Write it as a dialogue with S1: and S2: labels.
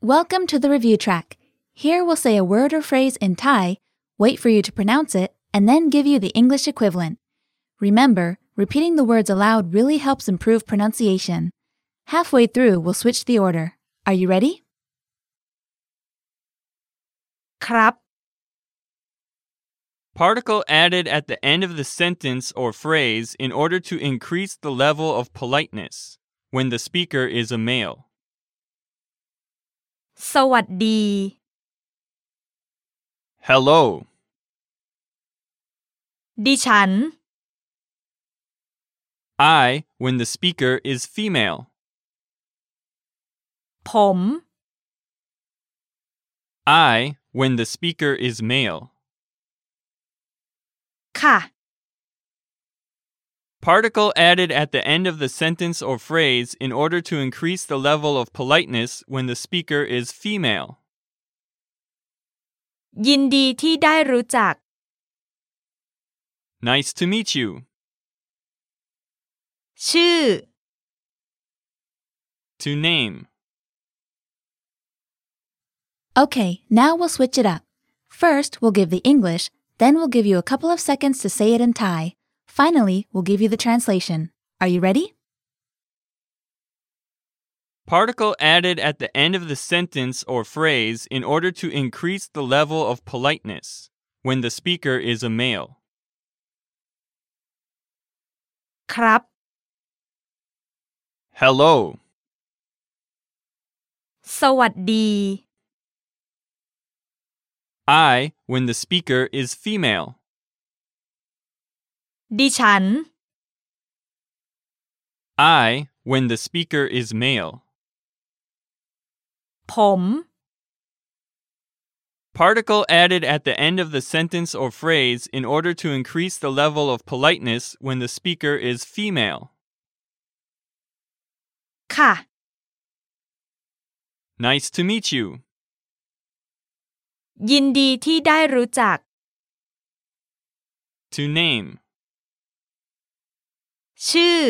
S1: Welcome to the review track. Here we'll say a word or phrase in Thai, wait for you to pronounce it, and then give you the English equivalent. Remember, repeating the words aloud really helps improve pronunciation. Halfway through, we'll switch the order. Are you ready?
S2: ครับ
S3: Particle added at the end of the sentence or phrase in order to increase the level of politeness when the speaker is a male.
S2: สวัสดี
S3: Hello.
S2: ดิฉัน
S3: I when the speaker is female.
S2: ผม
S3: I when the speaker is male.
S2: ค่ะ
S3: Particle added at the end of the sentence or phrase in order to increase the level of politeness when the speaker is female.
S2: ยินดีที่ได้รู้จัก
S3: Nice to meet you.
S2: ชื่อ
S3: To name.
S1: Okay, now we'll switch it up. First, we'll give the English, then we'll give you a couple of seconds to say it in Thai. Finally, we'll give you the translation. Are you ready?
S3: Particle added at the end of the sentence or phrase in order to increase the level of politeness when the speaker is a male.
S2: ครับ
S3: Hello.
S2: สวัสดี
S3: I when the speaker is female.
S2: ดิฉัน
S3: I when the speaker is male.
S2: ผม
S3: Particle added at the end of the sentence or phrase in order to increase the level of politeness when the speaker is female.
S2: ค่ะ
S3: Nice to meet you.
S2: ยินดีที่ได้รู้จัก
S3: To name.
S2: ชื่อ